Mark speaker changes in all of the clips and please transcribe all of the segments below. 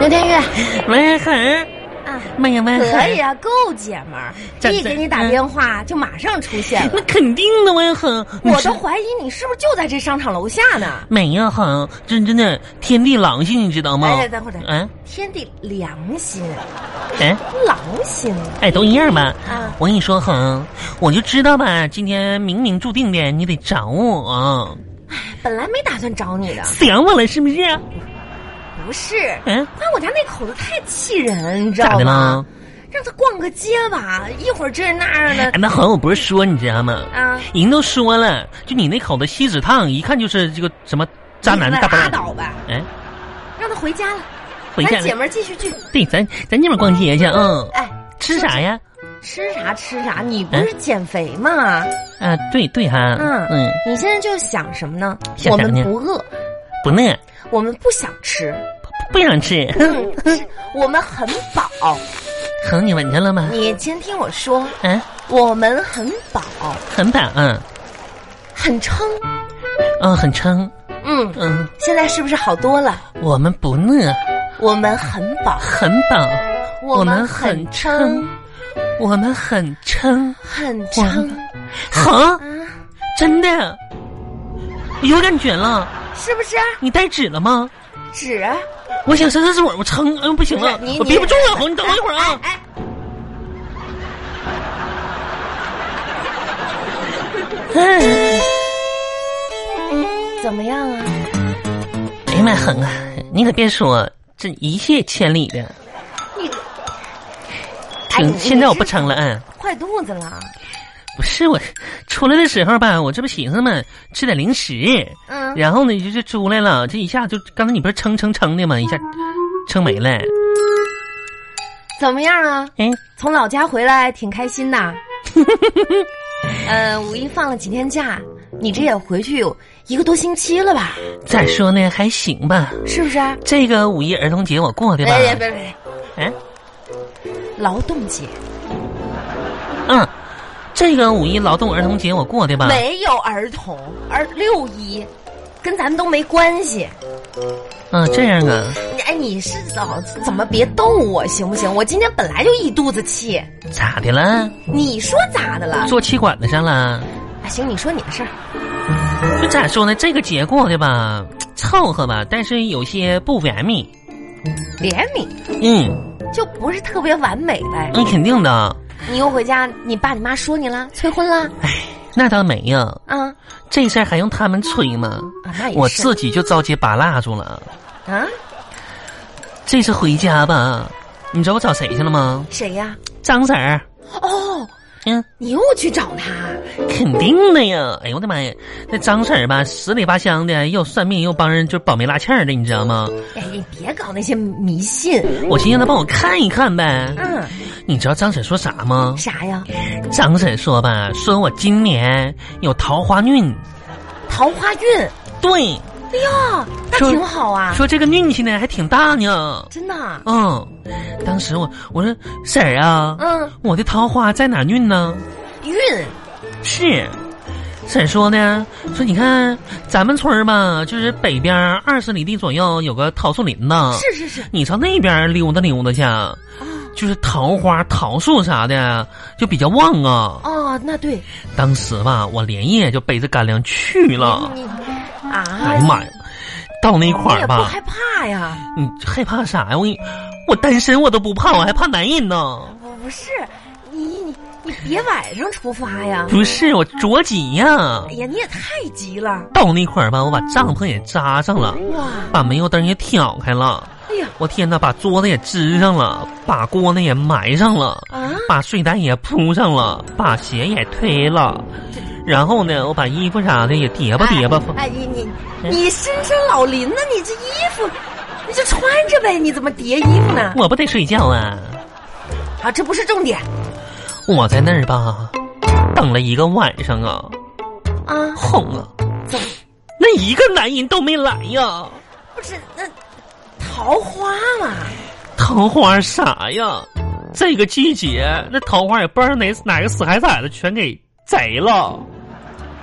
Speaker 1: 刘天玉，
Speaker 2: 喂，嘿，
Speaker 1: 啊，
Speaker 2: 妈呀妈呀，
Speaker 1: 可以啊，够姐们儿，
Speaker 2: 这嗯
Speaker 1: 一给你打电话就马上出现
Speaker 2: 那
Speaker 1: 了，
Speaker 2: 肯定的嘛，哼，
Speaker 1: 我都怀疑你是不是就在这商场楼下呢？
Speaker 2: 没呀，哼，真真的天地狼心，你知道吗？
Speaker 1: 哎，等会儿，等会儿
Speaker 2: 嗯，
Speaker 1: 天地良心，啊
Speaker 2: 哎
Speaker 1: 狼心
Speaker 2: 哎，都一样吧。
Speaker 1: 啊！
Speaker 2: 我跟你说，哼，我就知道吧，今天冥冥注定的，你得找我，
Speaker 1: 本来没打算找你的，
Speaker 2: 想我了是不是？啊
Speaker 1: 不是，
Speaker 2: 嗯，
Speaker 1: 但我家那口子太气人，你知
Speaker 2: 咋
Speaker 1: 道
Speaker 2: 的
Speaker 1: 吗
Speaker 2: 了？？
Speaker 1: 让他逛个街吧，一会儿这那儿的
Speaker 2: 哎，那好，我不是说你知道吗？
Speaker 1: 啊，
Speaker 2: 人都说了，就你那口子锡纸烫，一看就是这个什么渣男
Speaker 1: 你
Speaker 2: 大
Speaker 1: 拉
Speaker 2: 班
Speaker 1: 倒吧，
Speaker 2: 哎，
Speaker 1: 让他回家了，
Speaker 2: 回家
Speaker 1: 咱姐
Speaker 2: 了，
Speaker 1: 们儿继续去，
Speaker 2: 对，咱咱这边逛街去，嗯，
Speaker 1: 哎，
Speaker 2: 吃啥呀？
Speaker 1: 吃啥吃啥，你
Speaker 2: 嗯
Speaker 1: 不是减肥吗？
Speaker 2: 啊，对对哈，
Speaker 1: 嗯
Speaker 2: 嗯，
Speaker 1: 你现在就想什么呢？
Speaker 2: 想
Speaker 1: 我
Speaker 2: 啥
Speaker 1: 们
Speaker 2: 呢
Speaker 1: 不饿，
Speaker 2: 不饿，
Speaker 1: 我们不想吃，
Speaker 2: 不想吃。
Speaker 1: 我们很饱。
Speaker 2: 哼，你闻着了吗？
Speaker 1: 你先听我说，
Speaker 2: 啊，
Speaker 1: 我们很饱，
Speaker 2: 很饱，嗯，
Speaker 1: 很撑。
Speaker 2: 哦，很撑，
Speaker 1: 嗯，
Speaker 2: 嗯，
Speaker 1: 现在是不是好多了？
Speaker 2: 我们不饿，
Speaker 1: 我们很饱，
Speaker 2: 很饱，
Speaker 1: 我
Speaker 2: 们
Speaker 1: 们
Speaker 2: 很
Speaker 1: 很撑，，
Speaker 2: 我们很撑，
Speaker 1: 很
Speaker 2: 我
Speaker 1: 撑
Speaker 2: 们哼，
Speaker 1: 啊！
Speaker 2: 真的有感觉了？
Speaker 1: 是不是？
Speaker 2: 你带纸了吗？
Speaker 1: 纸？啊
Speaker 2: 我想上厕所，我撑，嗯，不行了
Speaker 1: 不是你，
Speaker 2: 我
Speaker 1: 你
Speaker 2: 憋不住了，红，你等我一会儿啊。
Speaker 1: 哎，
Speaker 2: 哎
Speaker 1: 怎么样啊？
Speaker 2: 哎呀妈，恒啊，你可别说，这一泻千里的，
Speaker 1: 你哎
Speaker 2: 挺。
Speaker 1: 你
Speaker 2: 现在我不
Speaker 1: 是
Speaker 2: 撑了，嗯。
Speaker 1: 坏肚子了。
Speaker 2: 不是我出来的时候吧，我这不寻思嘛，吃点零食，
Speaker 1: 嗯，
Speaker 2: 然后呢就就出来了，这一下就刚才你不是撑撑撑的嘛，一下撑没了。
Speaker 1: 怎么样啊？
Speaker 2: 哎，
Speaker 1: 从老家回来挺开 心的。呃，五一放了几天假，你这也回去有一个多星期了吧？
Speaker 2: 咋说呢，还行吧。
Speaker 1: 是不是啊？
Speaker 2: 这个五一儿童节我过的吧，
Speaker 1: 别别别，
Speaker 2: 哎，
Speaker 1: 劳动节、
Speaker 2: 嗯，这个五一劳动儿童节我过的吧，
Speaker 1: 没有儿童，而六一跟咱们都没关系。
Speaker 2: 嗯，这样啊，
Speaker 1: 你哎，你是怎么怎么别逗我行不行？我今天本来就一肚子气，
Speaker 2: 咋的了？
Speaker 1: 你说咋的了？
Speaker 2: 坐气管子上了？
Speaker 1: 啊，行，你说你的事儿。
Speaker 2: 就咋说呢，这个节过的吧，凑合吧，但是有些不完美。
Speaker 1: 怜悯
Speaker 2: 嗯，
Speaker 1: 就不是特别完美呗。
Speaker 2: 那肯定的。
Speaker 1: 你又回家，你爸你妈说你了，催婚了
Speaker 2: 哎那倒没呀、
Speaker 1: 啊？
Speaker 2: 这事儿还用他们催吗？
Speaker 1: 啊，那也是。
Speaker 2: 我自己就着急拔蜡烛了。
Speaker 1: 啊，
Speaker 2: 这次回家吧，你知道我找谁去了吗？
Speaker 1: 谁呀、
Speaker 2: 张婶儿。
Speaker 1: 哦，
Speaker 2: 嗯，
Speaker 1: 你又去找他？
Speaker 2: 肯定的呀！哎呦我的妈呀，那张婶儿吧，十里八乡的，又算命又帮人就保媒拉纤儿的，你知道吗？
Speaker 1: 哎，你别搞那些迷信。
Speaker 2: 我寻思让她帮我看一看呗。
Speaker 1: 嗯，
Speaker 2: 你知道张婶说啥吗？
Speaker 1: 啥呀？
Speaker 2: 张婶说吧，说我今年有桃花运，
Speaker 1: 桃花运。
Speaker 2: 对，
Speaker 1: 哎呀，那
Speaker 2: 说
Speaker 1: 挺好啊，
Speaker 2: 说这个运气呢还挺大呢。
Speaker 1: 真的啊。
Speaker 2: 嗯，当时我我说婶儿啊，
Speaker 1: 嗯，
Speaker 2: 我的桃花在哪儿运呢？
Speaker 1: 运
Speaker 2: 是，婶说呢，说你看咱们村儿吧，就是北边二十里地左右有个桃树林子，
Speaker 1: 是啊是是
Speaker 2: 你上那边溜达溜达去，啊就是桃花、桃树啥的就比较旺啊。
Speaker 1: 哦，那对，
Speaker 2: 当时吧，我连夜就背着干粮去了。
Speaker 1: 你
Speaker 2: 哎
Speaker 1: 啊
Speaker 2: 呀，妈呀，到那块
Speaker 1: 你也不
Speaker 2: 儿吧，
Speaker 1: 害怕呀？
Speaker 2: 你害怕啥呀？我跟你我单身我都不怕，我还怕男人呢。
Speaker 1: 不不是，你你你别晚上出发呀！
Speaker 2: 不是我着急呀
Speaker 1: 哎，呀，你也太急了
Speaker 2: 到那块儿吧，我把帐篷也扎上了，
Speaker 1: 哇！
Speaker 2: 把煤油灯也挑开了，
Speaker 1: 哎呀
Speaker 2: 我天哪，把桌子也支上了，把锅呢也埋上了，
Speaker 1: 啊，
Speaker 2: 把睡袋也铺上了，把鞋也推了，然后呢，我把衣服啥的也叠吧叠吧。
Speaker 1: 哎，哎你你你深山老林呢？你这衣服，你就穿着呗，你怎么叠衣服呢？
Speaker 2: 我不得睡觉啊！
Speaker 1: 啊，这不是重点
Speaker 2: 我在那儿吧，等了一个晚上啊，
Speaker 1: 啊！
Speaker 2: 哄啊，
Speaker 1: 怎么
Speaker 2: 那一个男人都没来呀，
Speaker 1: 不是那桃花嘛？
Speaker 2: 桃花啥呀？这个季节，那桃花也不知道哪哪个死孩崽子全给贼了。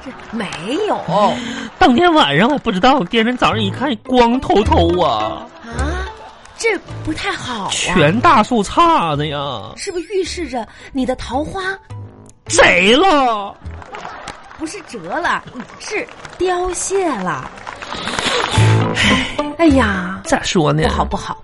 Speaker 1: 这没有啊？
Speaker 2: 当天晚上我不知道，第二天早上一看，光秃秃啊！
Speaker 1: 这不太好啊，
Speaker 2: 全大树杈子呀，
Speaker 1: 是不是预示着你的桃花
Speaker 2: 贼了！
Speaker 1: 不是折了，嗯是凋谢了？哎呀，
Speaker 2: 咋说呢？
Speaker 1: 不好不好，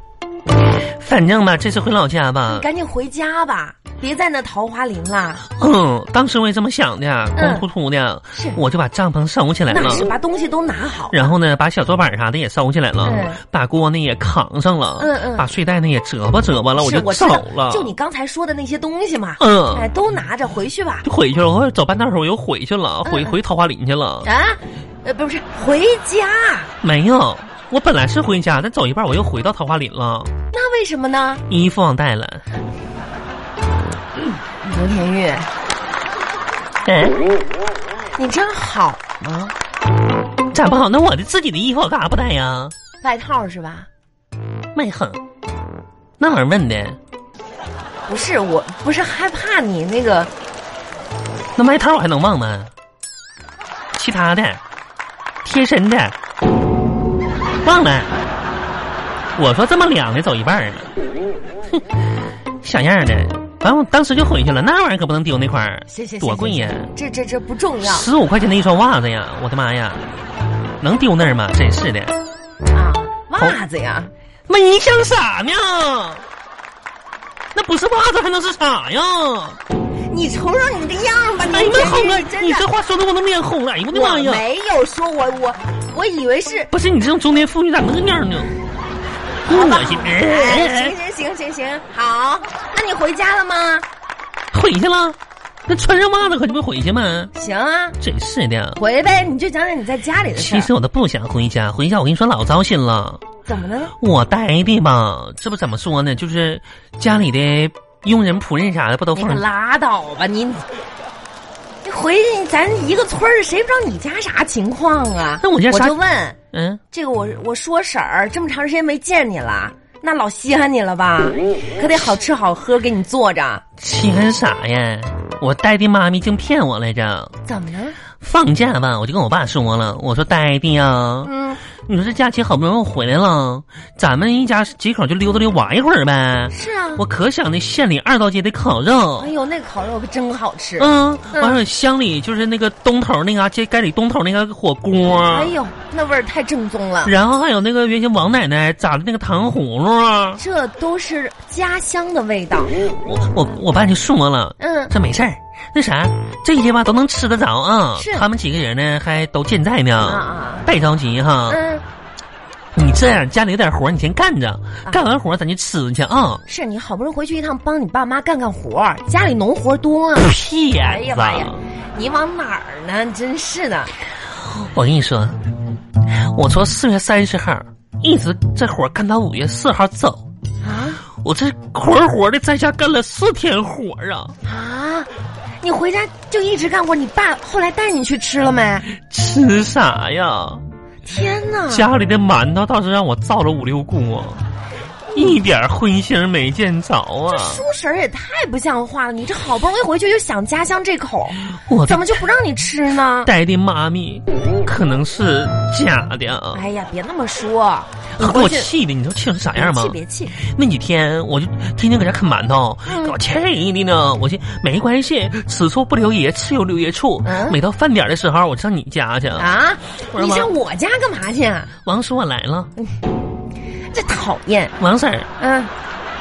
Speaker 2: 反正吧，这次回老家吧，
Speaker 1: 赶紧回家吧，别在那桃花林了。
Speaker 2: 嗯，当时我也这么想的，光
Speaker 1: 嗯
Speaker 2: 秃秃的，
Speaker 1: 是
Speaker 2: 我就把帐篷收起来
Speaker 1: 那
Speaker 2: 了。
Speaker 1: 是把东西都拿好，
Speaker 2: 然后呢，把小桌板啥的也收起来了，
Speaker 1: 嗯
Speaker 2: 把锅呢也扛上了，
Speaker 1: 嗯嗯
Speaker 2: 把睡袋呢也折吧折吧了，
Speaker 1: 是
Speaker 2: 就
Speaker 1: 我知
Speaker 2: 走
Speaker 1: 道
Speaker 2: 了。
Speaker 1: 就你刚才说的那些东西嘛，
Speaker 2: 嗯
Speaker 1: 哎，都拿着回去吧。
Speaker 2: 就回去了，我走半道儿时候我又回去了，回
Speaker 1: 嗯嗯
Speaker 2: 回桃花林去了。
Speaker 1: 啊，呃，不是回家，
Speaker 2: 没有，我本来是回家，但走一半我又回到桃花林了，
Speaker 1: 那为什么呢？
Speaker 2: 衣服忘带了。
Speaker 1: 刘天玉，
Speaker 2: 嗯，
Speaker 1: 你真好吗？
Speaker 2: 啊咋不好？那我的自己的衣服我干啥不带呀？
Speaker 1: 外套是吧？
Speaker 2: 卖横，那玩意儿问的，
Speaker 1: 不是，我不是害怕你那个，
Speaker 2: 那外套我还能忘吗？其他的，贴身的，忘了。我说这么凉的走一半儿呢，哼，小样儿的。完，我当时就回去了，那玩意儿可不能丢那块儿
Speaker 1: 行行，行
Speaker 2: 多贵呀！
Speaker 1: 这这这不重要
Speaker 2: 十五块钱的一双袜子呀，我的妈呀，能丢那儿吗？真是的，
Speaker 1: 啊，袜子呀，
Speaker 2: 妈，你想啥呢？那不是袜子还能是啥呀？
Speaker 1: 你瞅瞅你那个样儿吧，
Speaker 2: 哎呀妈，
Speaker 1: 天
Speaker 2: 红了
Speaker 1: 玉，真
Speaker 2: 你
Speaker 1: 的
Speaker 2: 这，话说的我都脸红了，哎呀，我的妈
Speaker 1: 我
Speaker 2: 呀！
Speaker 1: 没有说我我我以为是，
Speaker 2: 不是你这种中年妇女咋那样呢？多恶心！
Speaker 1: 哎，行行行行行，好，那你回家了吗？
Speaker 2: 回去了，那穿上袜子可就不回去吗？
Speaker 1: 行啊，
Speaker 2: 真是的，
Speaker 1: 回呗，你就讲讲你在家里的事
Speaker 2: 其
Speaker 1: 儿，
Speaker 2: 实我都不想回家，回家我跟你说老糟心了。
Speaker 1: 怎么了？
Speaker 2: 我待的吧，这不怎么说呢，就是家里的佣人仆人啥的不都
Speaker 1: 你
Speaker 2: 放
Speaker 1: 可拉倒吧你！你回去，咱一个村儿，谁不知道你家啥情况啊？
Speaker 2: 那我家
Speaker 1: 我
Speaker 2: 啥
Speaker 1: 就问
Speaker 2: 嗯，
Speaker 1: 这个我，我说婶儿，这么长时间没见你了，那老稀罕你了吧？可得好吃好喝给你做着，
Speaker 2: 稀罕啥呀？我呆的妈咪竟骗我来着。
Speaker 1: 怎么了？
Speaker 2: 放假吧，我就跟我爸说了，我说呆的呀，
Speaker 1: 嗯，
Speaker 2: 你说这假期好不容易回来了，咱们一家几口就溜达溜玩一会儿呗。
Speaker 1: 是啊，
Speaker 2: 我可想那县里二道街的烤肉
Speaker 1: 哎，呦，那烤肉可真好吃，
Speaker 2: 嗯，
Speaker 1: 嗯
Speaker 2: 完了乡里就是那个东头那个啊街街里东头那个火锅，
Speaker 1: 哎呦，那味儿太正宗了，
Speaker 2: 然后还有那个原先王奶奶炸的那个糖葫芦，啊
Speaker 1: 这都是家乡的味道。
Speaker 2: 我我我爸就说了，
Speaker 1: 嗯，
Speaker 2: 这没事儿，那啥这些吧都能吃得着啊
Speaker 1: 是，
Speaker 2: 他们几个人呢还都健在
Speaker 1: 啊
Speaker 2: 呢，
Speaker 1: 啊，
Speaker 2: 别着急哈，
Speaker 1: 嗯，
Speaker 2: 你这样家里有点活儿你先干着，
Speaker 1: 啊
Speaker 2: 干完活儿咱就吃去啊，
Speaker 1: 是你好不容易回去一趟，帮你爸妈干干活儿，家里农活多啊。哎
Speaker 2: 骗
Speaker 1: 呀
Speaker 2: 子
Speaker 1: 妈呀！你往哪儿呢？真是的，
Speaker 2: 我跟你说，我从四月三十号一直这活儿干到五月四号走，
Speaker 1: 啊
Speaker 2: 我这活活的在家干了四天活儿啊，
Speaker 1: 啊！你回家就一直干活，你爸后来带你去吃了没？
Speaker 2: 吃啥呀？
Speaker 1: 天哪！
Speaker 2: 家里的馒头倒是让我造了五六锅，一点儿荤腥没见着啊！
Speaker 1: 叔婶儿也太不像话了，你这好不容易回去又想家乡这口，
Speaker 2: 我
Speaker 1: 怎
Speaker 2: 的
Speaker 1: 么就不让你吃呢？
Speaker 2: 呆的妈咪可能是假的啊，
Speaker 1: 哎呀，别那么说，你
Speaker 2: 给我
Speaker 1: 回去
Speaker 2: 气的，你知道气成啥
Speaker 1: 别
Speaker 2: 样吗
Speaker 1: 气？别气，
Speaker 2: 那几天我就天天搁家啃馒头，
Speaker 1: 嗯
Speaker 2: 给我气的呢。我寻没关系，此处不留爷，自有留爷处。
Speaker 1: 嗯
Speaker 2: 每到饭点儿的时候，我上你家去。
Speaker 1: 啊！
Speaker 2: 我说
Speaker 1: 你
Speaker 2: 妈
Speaker 1: 上我家干嘛去？啊？
Speaker 2: 王叔我来了，
Speaker 1: 这讨厌！
Speaker 2: 王婶儿，
Speaker 1: 嗯，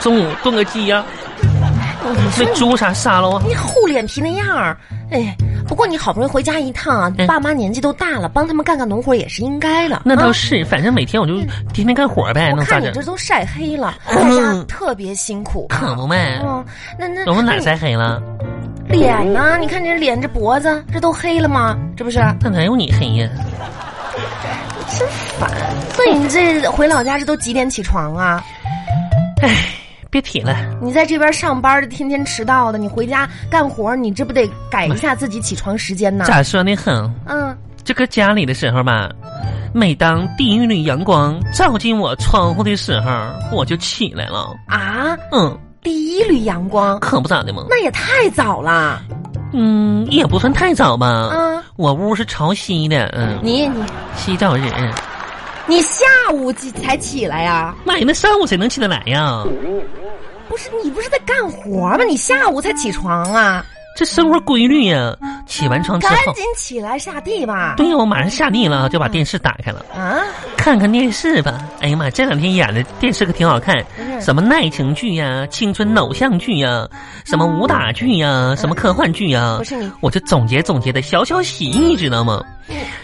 Speaker 2: 中午炖个鸡呀、
Speaker 1: 你说
Speaker 2: 那猪啥杀了啊？
Speaker 1: 你厚脸皮那样儿，哎，不过你好不容易回家一趟啊，
Speaker 2: 嗯
Speaker 1: 爸妈年纪都大了，帮他们干干农活也是应该的。
Speaker 2: 那倒
Speaker 1: 啊
Speaker 2: 是，反正每天我就天天干活呗，
Speaker 1: 我
Speaker 2: 能咋
Speaker 1: 看你
Speaker 2: 整
Speaker 1: 这？都晒黑了，
Speaker 2: 嗯
Speaker 1: 在家特别辛苦。
Speaker 2: 可不嘛，
Speaker 1: 嗯，那那
Speaker 2: 我们
Speaker 1: 那
Speaker 2: 哪儿
Speaker 1: 你
Speaker 2: 晒黑了？
Speaker 1: 脸呢？你看你这脸，这脖子，这都黑了吗？这不是？
Speaker 2: 那哪有你黑呀？
Speaker 1: 真烦！所以你这回老家这都几点起床啊？
Speaker 2: 唉，别提了，
Speaker 1: 你在这边上班的，天天迟到的，你回家干活，你这不得改一下自己起床时间呢？
Speaker 2: 咋说呢？很，
Speaker 1: 嗯，
Speaker 2: 这搁家里的时候吧，每当第一缕阳光照进我窗户的时候，我就起来了。
Speaker 1: 啊，
Speaker 2: 嗯，
Speaker 1: 第一缕阳光，
Speaker 2: 可不咋的嘛。
Speaker 1: 那也太早了。
Speaker 2: 嗯，也不算太早吧。
Speaker 1: 嗯
Speaker 2: 我屋是朝西的，嗯，
Speaker 1: 你你
Speaker 2: 西照日。嗯
Speaker 1: 你下午起才起来呀？
Speaker 2: 妈呀，那上午谁能起得来呀？
Speaker 1: 不是你不是在干活吗？你下午才起床啊？
Speaker 2: 这生活规律呀、起完床之
Speaker 1: 赶
Speaker 2: 后，
Speaker 1: 紧起来下地吧！
Speaker 2: 嗯对呀、我马上下地了，就把电视打开了，
Speaker 1: 啊，
Speaker 2: 看看电视吧。哎呀妈，这两天演的电视可挺好看
Speaker 1: 嗯，
Speaker 2: 什么爱情剧呀、青春偶像剧呀、什么武打剧呀、什么科幻剧呀
Speaker 1: 哦不。是你，嗯
Speaker 2: 我就总结总结的小小喜意，知道吗？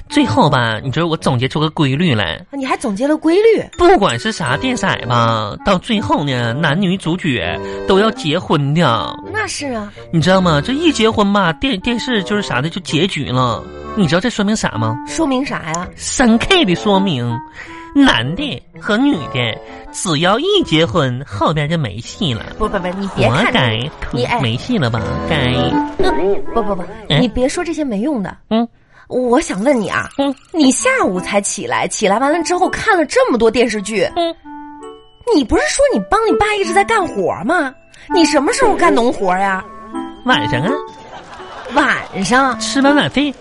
Speaker 2: 最后吧，你知道我总结出个规律来，
Speaker 1: 啊你还总结了规律。
Speaker 2: 不管是啥电色吧，到最后呢，男女主角都要结婚的，
Speaker 1: 那是啊，
Speaker 2: 你知道吗？这一结婚吧，电电视就是啥的就结局了。你知道这说明啥吗？
Speaker 1: 说明啥呀？
Speaker 2: 深 K 的说明，男的和女的只要一结婚，后边就没戏了。
Speaker 1: 不不不，你别
Speaker 2: 活
Speaker 1: 看
Speaker 2: 该
Speaker 1: 你，
Speaker 2: 土
Speaker 1: 你哎，
Speaker 2: 没戏了吧？该，
Speaker 1: 不不不，
Speaker 2: 嗯
Speaker 1: 你别说这些没用的。
Speaker 2: 嗯
Speaker 1: 我想问你啊，
Speaker 2: 嗯
Speaker 1: 你下午才起来，起来完了之后看了这么多电视剧，
Speaker 2: 嗯，
Speaker 1: 你不是说你帮你爸一直在干活吗？你什么时候干农活呀？
Speaker 2: 晚上啊，
Speaker 1: 晚上？
Speaker 2: 吃完晚饭，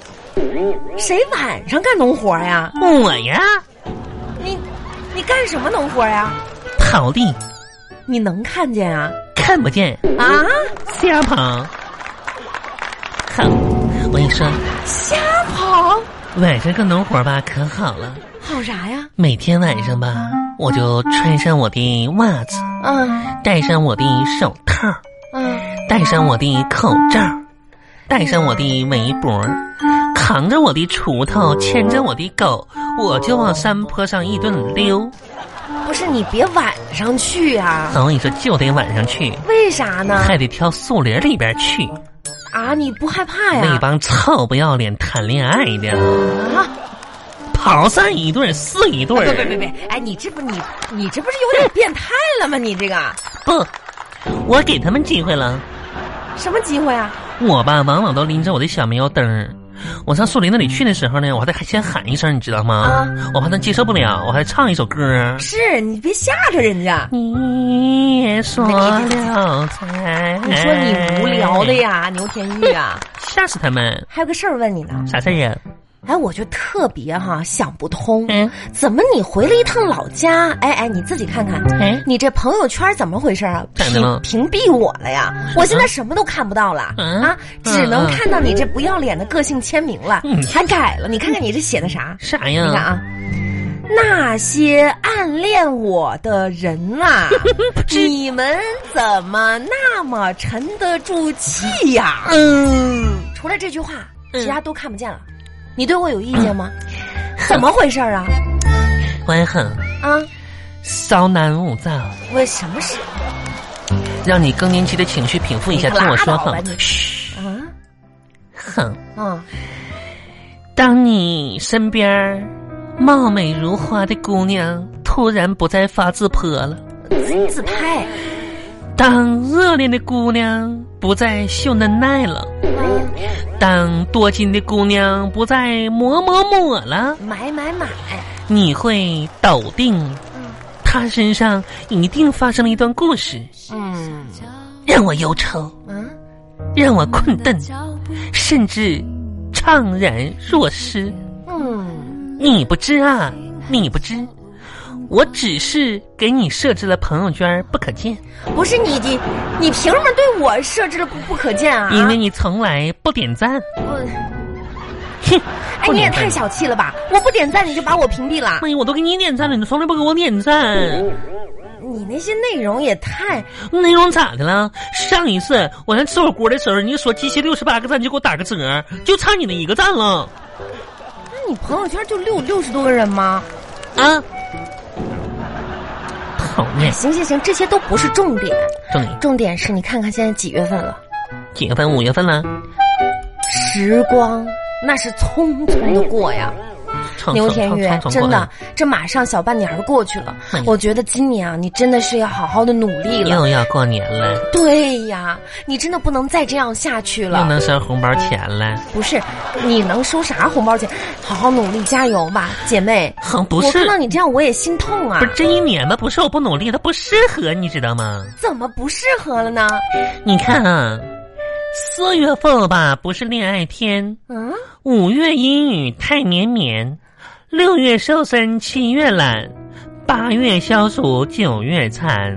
Speaker 1: 谁晚上干农活呀？
Speaker 2: 我呀，
Speaker 1: 你，你干什么农活呀？
Speaker 2: 跑地
Speaker 1: 你能看见啊？
Speaker 2: 看不见，
Speaker 1: 啊，
Speaker 2: 瞎跑。好，我跟你说，
Speaker 1: 瞎跑？
Speaker 2: 晚上干农活吧，可好了。
Speaker 1: 跑啥呀？
Speaker 2: 每天晚上吧，我就穿上我的袜子，
Speaker 1: 嗯
Speaker 2: 戴上我的手套，
Speaker 1: 嗯，
Speaker 2: 戴上我的口罩，戴上我的围脖，扛着我的锄头，牵着我的狗，我就往山坡上一顿溜。
Speaker 1: 不是你别晚上去啊？
Speaker 2: 我跟你说，就得晚上去，
Speaker 1: 为啥呢？
Speaker 2: 还得挑树林里边去，
Speaker 1: 啊，你不害怕
Speaker 2: 那
Speaker 1: 呀？
Speaker 2: 帮臭不要脸谈恋爱的，
Speaker 1: 啊。
Speaker 2: 跑上一对儿是一对
Speaker 1: 别别
Speaker 2: 儿。
Speaker 1: 别别！哎，你这不你你这不是有点变态了吗？你这个
Speaker 2: 不，我给他们机会了。
Speaker 1: 什么机会啊？
Speaker 2: 我吧，往往都拎着我的小煤油灯儿。我上树林那里去的时候呢，我还得先喊一声，你知道吗？
Speaker 1: 啊
Speaker 2: 我怕他接受不了，我还唱一首歌儿。
Speaker 1: 是你别吓着人家。
Speaker 2: 你也说了才，
Speaker 1: 你说你无聊的，呀，牛田玉啊！
Speaker 2: 吓死他们！
Speaker 1: 还有个事儿问你呢。
Speaker 2: 啥事儿呀？
Speaker 1: 哎，我就特别哈、想不通，
Speaker 2: 嗯，
Speaker 1: 怎么你回了一趟老家？哎哎，你自己看看，
Speaker 2: 哎，
Speaker 1: 你这朋友圈怎么回事啊？
Speaker 2: 咋
Speaker 1: 屏
Speaker 2: 的了
Speaker 1: 屏蔽我了呀！我现在什么都看不到了
Speaker 2: 嗯
Speaker 1: 啊，只能
Speaker 2: 嗯嗯
Speaker 1: 看到你这不要脸的个性签名了
Speaker 2: 嗯，
Speaker 1: 还改了。你看看你这写的啥？
Speaker 2: 啥
Speaker 1: 你看
Speaker 2: 呀？
Speaker 1: 啊，那些暗恋我的人 呐、你们怎么那么沉得住气呀、
Speaker 2: 嗯，
Speaker 1: 除了这句话，
Speaker 2: 嗯
Speaker 1: 其他都看不见了。你对我有意见吗？怎么回事儿啊？
Speaker 2: 我很
Speaker 1: 啊，
Speaker 2: 骚男勿躁，
Speaker 1: 我什么事
Speaker 2: 让你更年期的情绪平复一下。
Speaker 1: 你
Speaker 2: 听
Speaker 1: 可
Speaker 2: 我说
Speaker 1: 拉倒
Speaker 2: 好
Speaker 1: 吧你，
Speaker 2: 嘘，
Speaker 1: 啊？
Speaker 2: 哼。
Speaker 1: 啊，
Speaker 2: 当你身边儿貌美如花的姑娘突然不再发自泼了，
Speaker 1: 自自拍，
Speaker 2: 当热恋的姑娘不再秀嫩耐了，当多金的姑娘不再抹抹抹了，
Speaker 1: 买买买，
Speaker 2: 你会笃定
Speaker 1: 嗯，
Speaker 2: 她身上一定发生了一段故事，
Speaker 1: 嗯
Speaker 2: 让我忧愁，
Speaker 1: 嗯，
Speaker 2: 让我困顿，甚至怅然若失。
Speaker 1: 嗯，
Speaker 2: 你不知啊，你不知，我只是给你设置了朋友圈不可见，
Speaker 1: 不是你你你凭什么对我设置了不不可见啊？
Speaker 2: 因为你从来不点赞。
Speaker 1: 我
Speaker 2: 哼，
Speaker 1: 哎，
Speaker 2: 不
Speaker 1: 你也
Speaker 2: 点
Speaker 1: 太
Speaker 2: 赞。哎
Speaker 1: 小气了吧！我不点赞你就把我屏蔽了，
Speaker 2: 妈呀，我都给你点赞了，你从来不给我点赞，
Speaker 1: 你那些内容也太……
Speaker 2: 内容咋的了？上一次我在吃火锅的时候，你就说集齐六十八个赞就给我打个折，就差你那一个赞了
Speaker 1: 那你朋友圈就六六十多个人吗？
Speaker 2: 啊！讨厌，
Speaker 1: 行行行，这些都不是重点，
Speaker 2: 重点
Speaker 1: 重点是你看看现在几月份了，
Speaker 2: 几月份？五月份了，
Speaker 1: 时光那是匆匆的过呀。
Speaker 2: 冲
Speaker 1: 牛
Speaker 2: 冲
Speaker 1: 田
Speaker 2: 冲
Speaker 1: 玉
Speaker 2: 冲，冲
Speaker 1: 真
Speaker 2: 过
Speaker 1: 的
Speaker 2: 来，
Speaker 1: 这马上小半年儿过去了
Speaker 2: 哎呀，嗯
Speaker 1: 我觉得今年啊，你真的是要好好的努力了。
Speaker 2: 又要过年了，
Speaker 1: 对呀，你真的不能再这样下去
Speaker 2: 又
Speaker 1: 了。
Speaker 2: 能收红包钱了。
Speaker 1: 不是，你能收啥红包钱？好好努力，加油吧，姐妹。
Speaker 2: 哼，不
Speaker 1: 我
Speaker 2: 是
Speaker 1: 看，到你这样我也心痛啊
Speaker 2: 不。是这一年吧？不是我不努力，它不适合，你知道吗？
Speaker 1: 怎么不适合了呢？
Speaker 2: 你看啊，四月份吧，不是恋爱天；
Speaker 1: 嗯，
Speaker 2: 五月阴雨太绵绵，六月瘦身，七月懒，八月消暑，九月馋，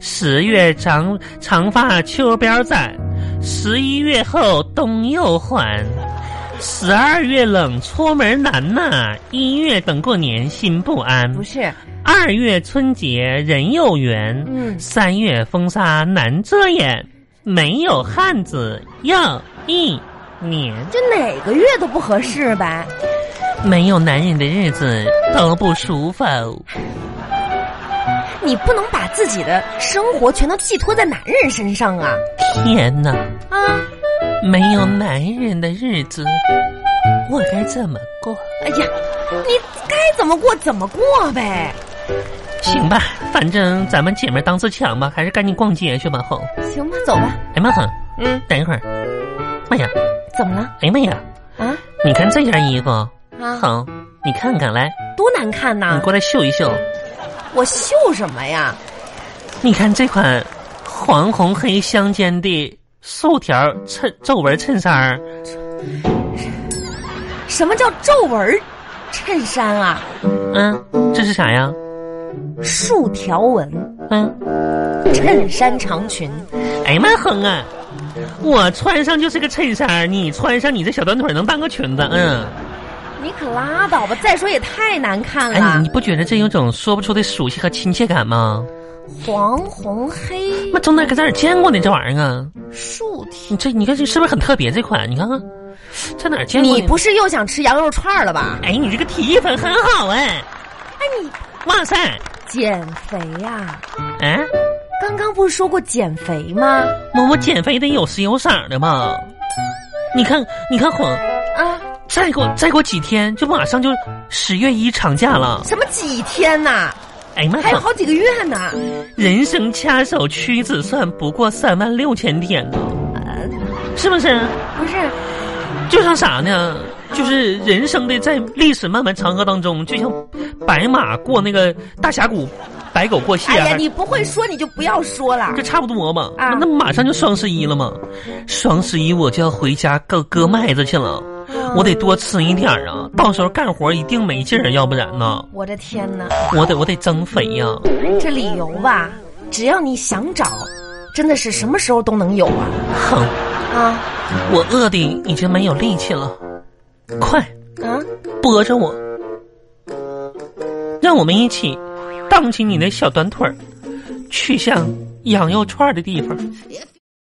Speaker 2: 十月长长发秋膘攒，十一月后冬又还。十二月冷，出门难呐；一月等过年，心不安；
Speaker 1: 不是，
Speaker 2: 二月春节人又圆，
Speaker 1: 嗯
Speaker 2: 三月风沙难遮掩，没有汉子要一年，
Speaker 1: 这哪个月都不合适呗。
Speaker 2: 没有男人的日子都不舒服。
Speaker 1: 你不能把自己的生活全都寄托在男人身上啊
Speaker 2: 天哪，
Speaker 1: 啊！
Speaker 2: 没有男人的日子，我该怎么过？
Speaker 1: 哎呀，你该怎么过怎么过呗。
Speaker 2: 行吧，反正咱们姐妹当自强吧，还是赶紧逛街去吧。吼，
Speaker 1: 行吧，走吧。
Speaker 2: 哎妈，
Speaker 1: 嗯，
Speaker 2: 等一会儿，妈呀！
Speaker 1: 怎么了
Speaker 2: 哎呀妈呀！
Speaker 1: 啊？
Speaker 2: 你看这件衣服，
Speaker 1: 啊，
Speaker 2: 好，你看看来，
Speaker 1: 多难看呐、
Speaker 2: 你过来秀一秀。
Speaker 1: 我秀什么呀？
Speaker 2: 你看这款黄红黑相间的素条衬皱纹衬衫儿，
Speaker 1: 什么叫皱纹儿衬衫啊？
Speaker 2: 嗯，这是啥呀？
Speaker 1: 竖条纹
Speaker 2: 嗯，
Speaker 1: 衬衫长裙，
Speaker 2: 哎呀妈哼啊！我穿上就是个衬衫儿，你穿上你这小短腿能当个裙子，嗯。
Speaker 1: 你可拉倒吧！再说也太难看
Speaker 2: 哎，你
Speaker 1: 了
Speaker 2: 你，不觉得这有种说不出的熟悉和亲切感吗？
Speaker 1: 黄红黑
Speaker 2: 妈，从哪搁哪儿见过呢？这玩意儿啊，
Speaker 1: 竖条。
Speaker 2: 你这你看这是不是很特别？这款你看看，在哪儿见过呢？
Speaker 1: 你不是又想吃羊肉串儿了吧？
Speaker 2: 哎，你这个提议粉很好哎，
Speaker 1: 哎，你
Speaker 2: 哇塞！
Speaker 1: 减肥呀、
Speaker 2: 哎，
Speaker 1: 刚刚不是说过减肥吗？
Speaker 2: 我我减肥得有时有色儿的嘛。你看，你看黄，
Speaker 1: 啊，
Speaker 2: 再过再过几天就马上就十月一长假了。
Speaker 1: 什么几天呐、
Speaker 2: 哎呀妈
Speaker 1: 还有
Speaker 2: 呀，
Speaker 1: 好几个月呢。
Speaker 2: 人生掐手屈指算不过三万六千天呢，
Speaker 1: 呃，
Speaker 2: 是不是？
Speaker 1: 不 是，啊
Speaker 2: 就像啥呢？就是人生的在历史漫漫长河当中，就像白马过那个大峡谷，白狗过
Speaker 1: 哎
Speaker 2: 隙啊。
Speaker 1: 呀，你不会说你就不要说了。
Speaker 2: 就差不多嘛，
Speaker 1: 啊
Speaker 2: 那马上就双十一了嘛，双十一我就要回家割割麦子去了，我得多吃一点儿啊，到时候干活一定没劲儿，要不然呢，
Speaker 1: 我的天哪，
Speaker 2: 我得我得增肥呀、
Speaker 1: 这理由吧，只要你想找，真的是什么时候都能有啊
Speaker 2: 哼，
Speaker 1: 啊
Speaker 2: 我饿的已经没有力气了，快
Speaker 1: 啊！
Speaker 2: 拨着我，让我们一起荡起你的小短腿儿，去向羊肉串儿的地方。